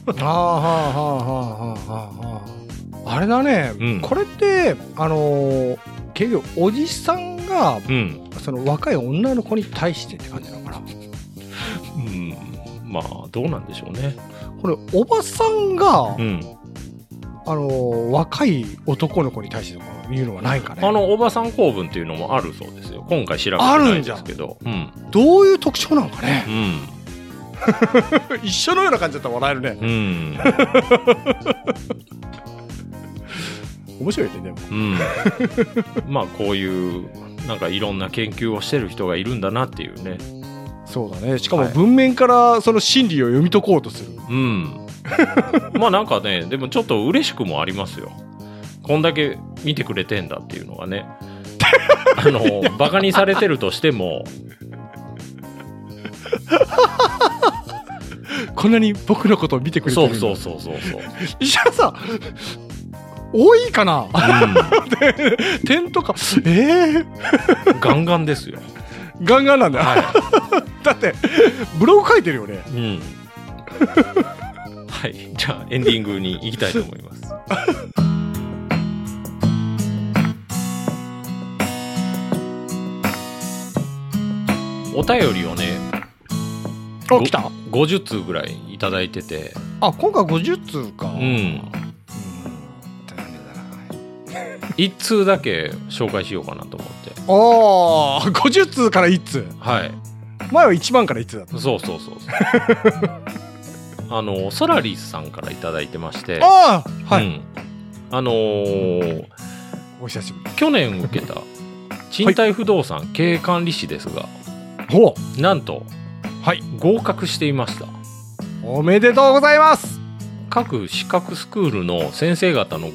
B: あーはあはあはあはあはああれだね、
C: うん
B: これってあのー結局おじさんが
C: うん。
B: その若い女の子に対してって感じなのかな
C: うんまあどうなんでしょうね。
B: これおばさんが、
C: うん。
B: あのー若い男の子に対してとかいうのはないかね
C: あのおばさん公文っていうのもあるそうですよ。今回調べてないんですけど。うん。
B: どういう特徴なのか
C: う
B: ね
C: ん。
B: 一緒のような感じだったら笑えるね
C: うん。
B: 面白いねでも
C: うん、まあこういうなんかいろんな研究をしてる人がいるんだなっていうね
B: そうだねしかも
C: はい
B: 文面からその心理を読み解こうとする、
C: うんまあなんかねでもちょっと嬉しくもありますよこんだけ見てくれてんだっていうのがねあのバカにされてるとしても
B: こんなに僕のことを見 てくれて
C: そ
B: る
C: うそうそうそうそう、
B: 石原さん多いかな
C: う
B: 点とかええ
C: ん、ガンガンですよ
B: ガンガンなんだよ、
C: は
B: だってブログ書いてるよね
C: い、うん、はいじゃあエンディングに行きたいと思いますお便りをね
B: あ来た
C: 50通ぐらいいただいてて
B: あ今回50通かう
C: う
B: ん残念だな
C: 1通だけ紹介しようかなと思って
B: あー50通から1通
C: はい
B: 前は1万から1通だった
C: そうそうそうそうあのソラリスさんからいただいてまして
B: ああはい、
C: うんあのー
B: お久しぶり
C: 去年受けた賃貸不動産経営管理士ですが、
B: ほ
C: なんと
B: うはい
C: 合格していました
B: おめでとうございます
C: 各資格スクールの先生方の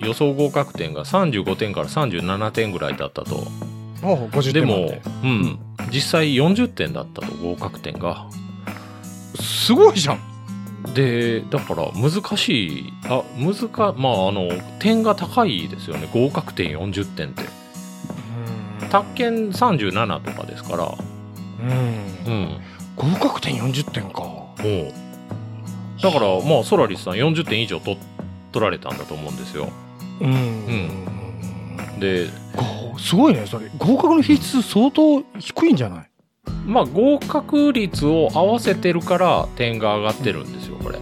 C: 予想合格点が35点から37点ぐらいだったと
B: おう50
C: で
B: 点満
C: も
B: 点、
C: うん、実際40点だったと合格点が
B: すごいじゃん
C: でだから難しいあ難かまああの点が高いですよね合格点40点って宅建37とかですから
B: うん
C: うん
B: 合格点40点か
C: もうだからまあソラリスさん40点以上取取られたんだと思うんですよ
B: うん、
C: で
B: ごすごいねそれ合格の比率相当低いんじゃない
C: まあ合格率を合わせてるから点が上がってるんですよこれ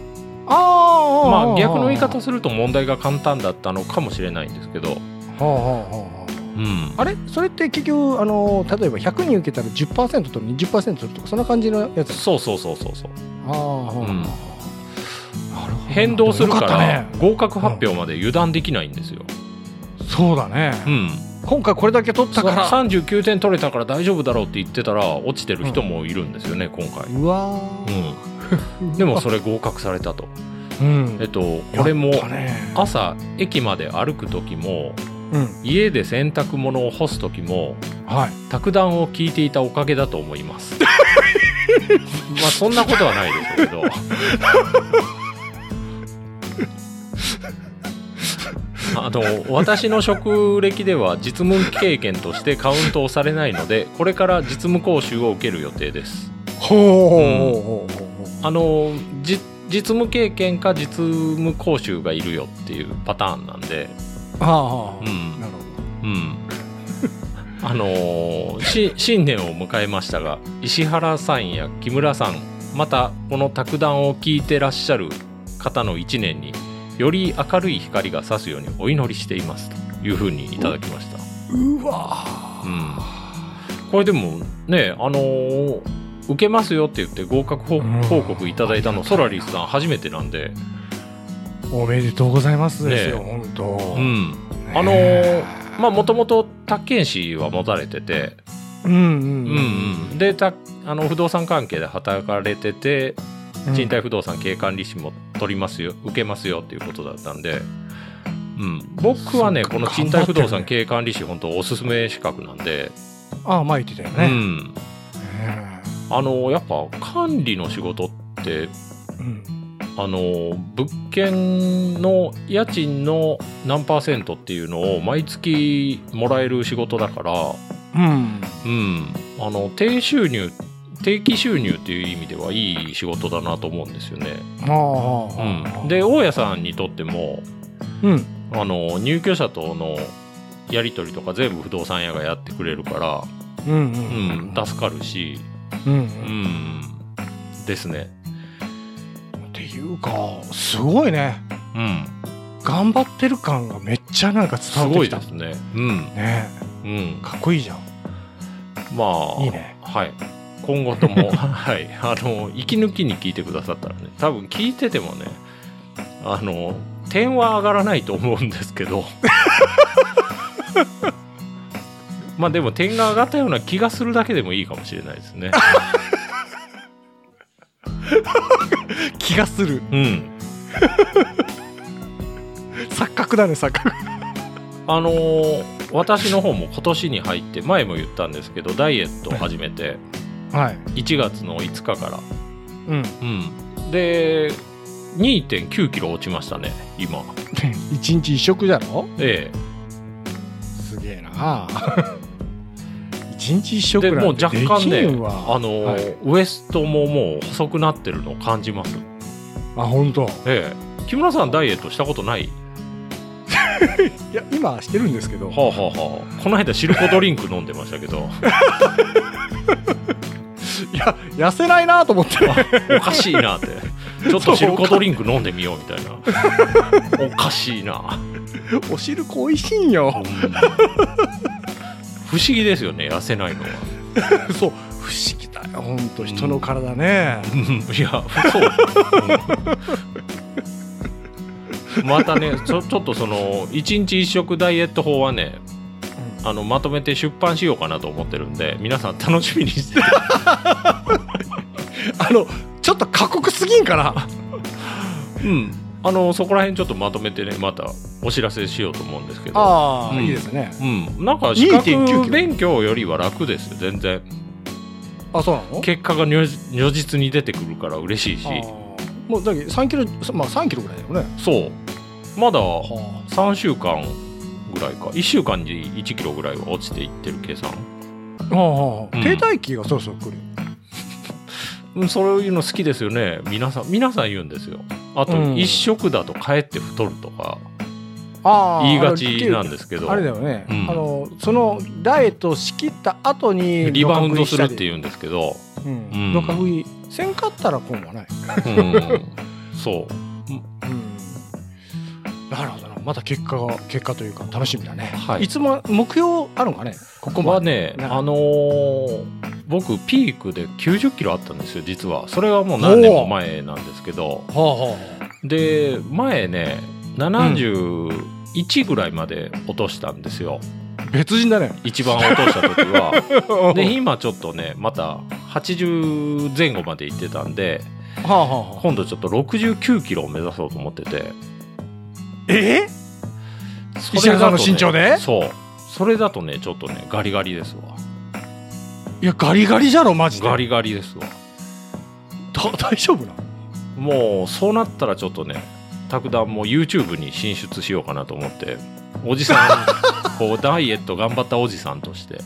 B: ああ
C: まあ逆の言い方すると問題が簡単だったのかもしれないんですけど
B: はあはあはあ
C: うん
B: あれそれって結局あの例えば100人受けたら10%と20%取るとかそんな感じのやつ
C: そうそうそうそうそう
B: ああ、はあ
C: うん
B: なるほど
C: 変動するか
B: よった
C: ら
B: ね、
C: 合格発表まで油断できないんですよ
B: そうだね、
C: うん
B: 今回これだけ取った
C: だ
B: か
C: からら39点取れたから大丈夫だろうって言ってたら落ちてる人もいるんですよね今回
B: うわ
C: うんでもそれ合格されたと
B: ーうん
C: えっとこれも
B: やったね
C: 朝駅まで歩く時も
B: うん
C: 家で洗濯物を干す時も
B: はい
C: 卓談を聞いていたおかげだと思いますまあそんなことはないでしょうけどあの私の職歴では実務経験としてカウントをされないのでこれから実務講習を受ける予定です
B: ほうほうほうほうほう
C: あのじ実務経験か実務講習がいるよっていうパターンなんで
B: ああ、
C: うん
B: なるほど
C: うん。あのーし新年を迎えましたが石原さんや木村さんまたこの卓談を聞いてらっしゃる方の一年により明るい光が差すようにお祈りしていますというふうにいただきました。
B: うわー
C: うんこれでもねあのー受けますよって言って合格報
B: うん
C: 報告いただいたのソラリスさん初めてなんで
B: おめでとうございますですよ、
C: ね
B: 本当、
C: うん。
B: ね
C: あのーまあ、もともと、宅建士は持たれてて、
B: うんうん
C: う
B: うんん
C: うん。で、たあの、不動産関係で働かれてて、
B: うん
C: 賃貸不動産経営管理士も取りますよ、受けますよっていうことだったんで、うん。僕はね、
B: そっか
C: この賃貸不動
B: 頑張ってる
C: 産
B: ね
C: 経営管理士、本当おすすめ資格なんで、
B: ああまあ言ってたよ
C: う
B: ね、
C: ん。あの、やっぱ管理の仕事って、
B: うん
C: あの、物件の家賃の何パーセントっていうのを毎月もらえる仕事だから、
B: うん
C: うん。あの、低収入、定期収入っていう意味ではいい仕事だなと思うんですよね。
B: ああああ
C: うん。で、大家さんにとっても、
B: うん
C: あの、入居者とのやり取りとか全部不動産屋がやってくれるから、
B: うんう
C: うんん、助かるし、
B: うんう
C: うんん、ですね。
B: っていうかすごいね
C: うん。
B: 頑張ってる感がめっちゃなんか
C: す
B: 伝わって
C: ご
B: き
C: い
B: た
C: ですね。うん。
B: ね
C: うん。
B: かっこいいじゃん
C: まあ、
B: いいね
C: はい。今後 とも、はい。あの、息抜きに聞いてくださったらね、多分聞いててもね、あの、点は上がらないと思うんですけど。 まあでも点が上がったような気がするだけでもいいかもしれないですね。
B: 気がする
C: うん。
B: 錯覚だね錯覚
C: あの私の方も今年に入って、前も言ったんですけど、ダイエットを始めて、
B: はい
C: 1月の5日から。
B: うん
C: うん。で、2.9キロ落ちましたね、今。
B: 一日一食じゃろ
C: ええ。
B: すげえ な一日一食
C: で
B: なんて
C: もう若干ね
B: できんわ
C: あのー
B: はい
C: ウエストももう細くなってるのを感じます。
B: あ本当。
C: ええ。木村さんダイエットしたことない
B: いや今してるんですけど
C: はあはあはあ。この間シルコドリンク飲んでましたけど、
B: いや痩せないなと思って
C: おかしいなって。ちょっとシルコドリンク飲んでみようみた いな。おかしいな。
B: お汁粉美味しいんよ
C: うん不思議ですよね、痩せないのは。
B: そう不思議だよ本当人の体ね、
C: うんいや、そう。うんまたねちょ、ちょっとその、一日一食ダイエット法はね、あの、まとめて出版しようかなと思ってるんで、皆さん楽しみにして。
B: あのちょっと過酷すぎんかな
C: うん。あの、そこら辺ちょっとまとめてね、またお知らせしようと思うんですけど。
B: ああ、
C: うん
B: いいですね
C: うん。なんか、資
B: 2.9キロ
C: 格勉強よりは楽ですよ、全然。
B: あそうなの
C: 結果が如如実に出てくるから嬉しいし
B: あ。ーもうだけど3キロまあ3キロぐらいだよね
C: そう。まだ、
B: は
C: 3週間ぐらいか1週間に1キロぐらいは落ちていってる計算、
B: あ、は
C: うん
B: あ、停滞期がそろそろ来る
C: うん、そういうの好きですよね皆さん皆さん言うんですよあと
B: うん
C: 1食だとかえって太るとか
B: ああ
C: 言いがちなんですすけど
B: あれだよね、
C: うん
B: あのそのダイエットを仕切った後に
C: リバウンドするって
B: いう
C: 言うんですけど、
B: う
C: うん
B: んロカ食いせんかったら今はない、
C: うん、そう
B: なるほどなまた結果が結果というか楽しみだね、
C: はい
B: いつも目標あるのかねここ
C: ここは
B: まで
C: ね
B: なんか
C: あのー僕ピークで9 0キロあったんですよ実はそれはもう何年も前なんですけど
B: はあは
C: で前ね71ぐらいまで落としたんですよ、
B: あ別人だね
C: 一番落とした時は で
B: は
C: 今ちょっとねまた80前後まで行ってたんで
B: あはあはあ
C: 今度ちょっと69キロを目指そうと思ってて
B: え
C: そ
B: 石
C: れ
B: 原さん
C: だ
B: の
C: とね
B: 身長で
C: そうそれだとねちょっとねガリガリですわ
B: いやガリガリじゃろマジで
C: ガリガリですわ
B: だ大丈夫な
C: もうそうなったらちょっとね卓談も YouTube に進出しようかなと思っておじさ んこうダイエット頑張ったおじさんとして
B: ち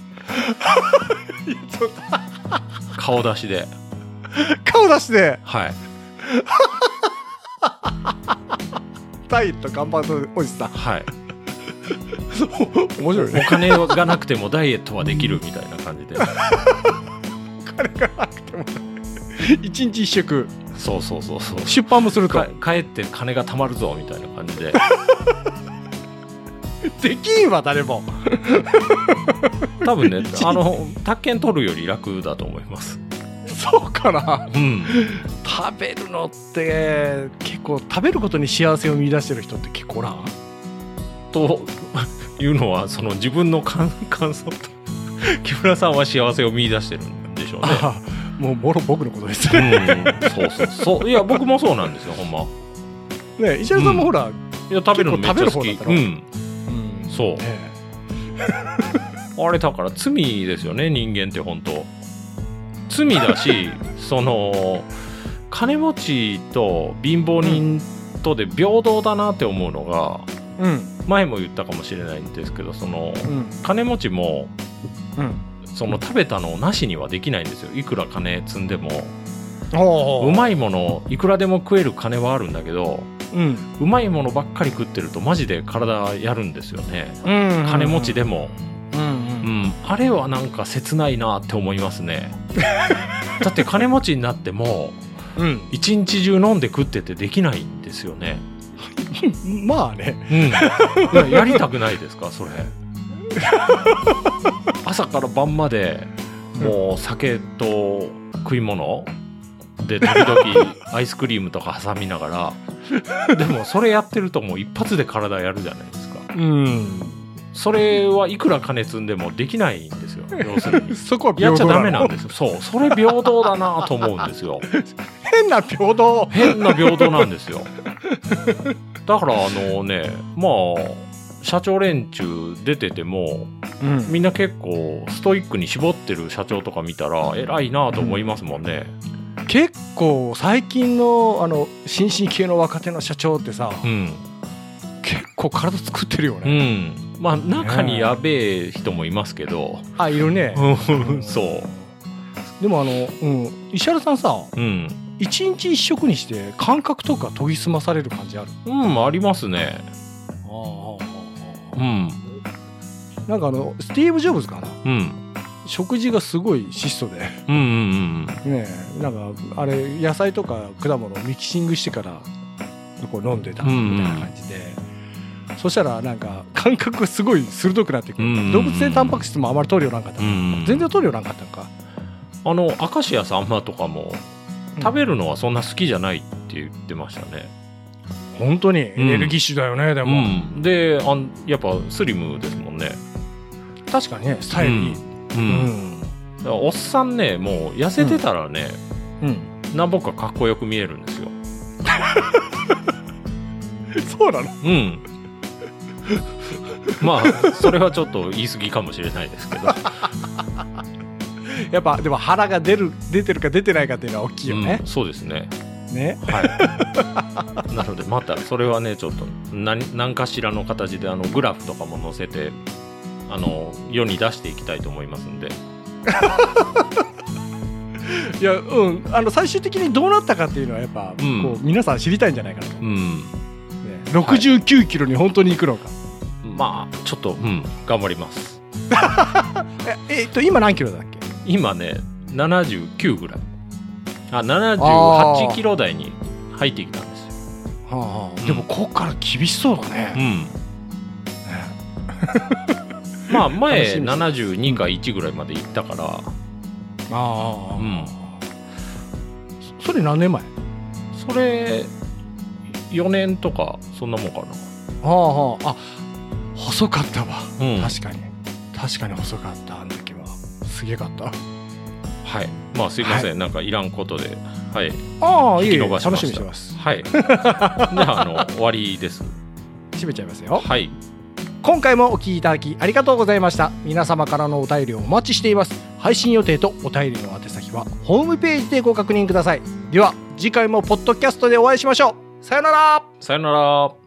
B: ょっ
C: 顔出しで
B: 顔出して
C: はい
B: ダイエット頑張るおじさん
C: はい
B: 面白い
C: お
B: ね
C: 金がなくてもダイエットはできるみたいな感じで
B: 一日一食
C: そうそうそうそう
B: 出版もすると
C: か帰って金が貯まるぞみたいな感じ で
B: できんわ誰も
C: 多分ね
B: 一日
C: あの宅建取るより楽だと思います
B: そうかな
C: うん。
B: 食べるのって結構食べることに幸せを見出してる人って結構おらん
C: というのは、その自分の感 感想と、木村さんは幸せを見出してるんでしょうね。
B: あ もうもろ僕のことですね
C: うん、そうそうそういや僕もそうなんですよほんま
B: ね石原さんもほら、
C: いや食べるのめっちゃ好
B: 結構食べる方
C: き
B: だったろ
C: うん
B: うん
C: そう
B: ね
C: あれだから罪ですよね人間って本当罪だしその金持ちと貧乏人とで平等だなって思うのが
B: うん
C: 前も言ったかもしれないんですけどその
B: うん
C: 金持ちも
B: うん
C: その食べたのをなしにはできないんですよいくら金積んでも
B: お
C: うまいものいくらでも食える金はあるんだけど
B: うん、
C: うまいものばっかり食ってるとマジで体やるんですよね金
B: 金
C: 持ちでも、
B: うんう
C: うんん、あれはなんか切ないなって思いますね だって金持ちになっても
B: うん、
C: 一日中飲んで食っててできないんですよね、
B: まあね
C: うん、いややりたくないですかそれ 朝から晩までもう酒と食い物で時々アイスクリームとか挟みながらでもそれやってるともう一発で体やるじゃないですか
B: うん
C: それはいくら金積んでもできないんですよ要するに
B: そこは平
C: やっち
B: 等
C: ゃ
B: な
C: ダ
B: の
C: メなんですよそうそれ平等だなと思うんで すよ
B: 変な平等
C: 変な平等なんですよだからあのねまあ社長連中出てても
B: うん
C: みんな結構ストイックに絞ってる社長とか見たら偉いなと思いますもんね
B: 結構最近のあの新進系の若手の社長ってさ、
C: うん
B: 結構体作ってるよ
C: う
B: ね、
C: んまあ中にやべえ人もいますけど
B: あいるね、
C: うん そ
B: でもあの、うん、石原さんさ
C: ううん
B: 一日一食にして感覚とか研ぎ澄まされる感じある
C: うんありますねうん
B: なんかあのスティーブ・ジョブズかな
C: うん
B: 食事がすごい質素で
C: うんうんうん
B: ねえなんかあれ野菜とか果物をミキシングしてからこう飲んでたみたいな感じで、そしたらなんか感覚がすごい鋭くなってくる、
C: うんうんうん
B: 動物性タンパク質もあまり取るようなかった、
C: うんうん
B: 全然取るようなかったのか
C: あの明石家さんまとかも
B: うん
C: 食べるのはそんな好きじゃないって言ってましたね、
B: 本当にエネルギッシュだよね、で
C: う
B: も、
C: んであんやっぱスリムですもんね
B: 確かにねスタイルいい、
C: う、
B: うんん
C: だからおっさんねもう痩せてたらね、
B: うん
C: なんぼかかっこよく見えるんですよ
B: そうなの
C: うん まあそれはちょっと言い過ぎかもしれないですけ ど
B: やっぱでも腹が出る出てるか出てないかっていうのは大きいよね
C: うん、そうですね
B: ね
C: はい なのでまたそれはねちょっと何何かしらの形であのグラフとかも載せてあの世に出していきたいと思いますんで
B: いやうんあの最終的にどうなったかっていうのはやっぱ、
C: うん
B: こう皆さん知りたいんじゃないかなと、ね、
C: うん
B: 69キロに本当に行くのか、
C: まあちょっとうん頑張ります
B: ええっと今何キロだっけ
C: 今ね79ぐらいあ78キロ台に入ってきたんですよ
B: は
C: あ
B: でもこっから厳しそうだね
C: う、んまあ
B: 楽
C: 前
B: しみです
C: 72か1ぐらいまで行ったから
B: ああ
C: うん
B: そそれ何年前
C: それ4年とかそんなもんかな
B: はあはああ細かったわ、
C: うん
B: 確かに確かに細かったあの時はすげえかった
C: はいまあすいません、なんかいらんことではい
B: ああいい
C: 引き延ば
B: 楽
C: しま
B: し
C: した
B: みにしてます
C: はいじゃああの終わりです
B: 閉めちゃいますよ
C: はい
B: 今回もお聞きいただきありがとうございました皆様からのお便りをお待ちしています配信予定とお便りの宛先はホームページでご確認くださいでは次回もポッドキャストでお会いしましょうさよなら
C: さよなら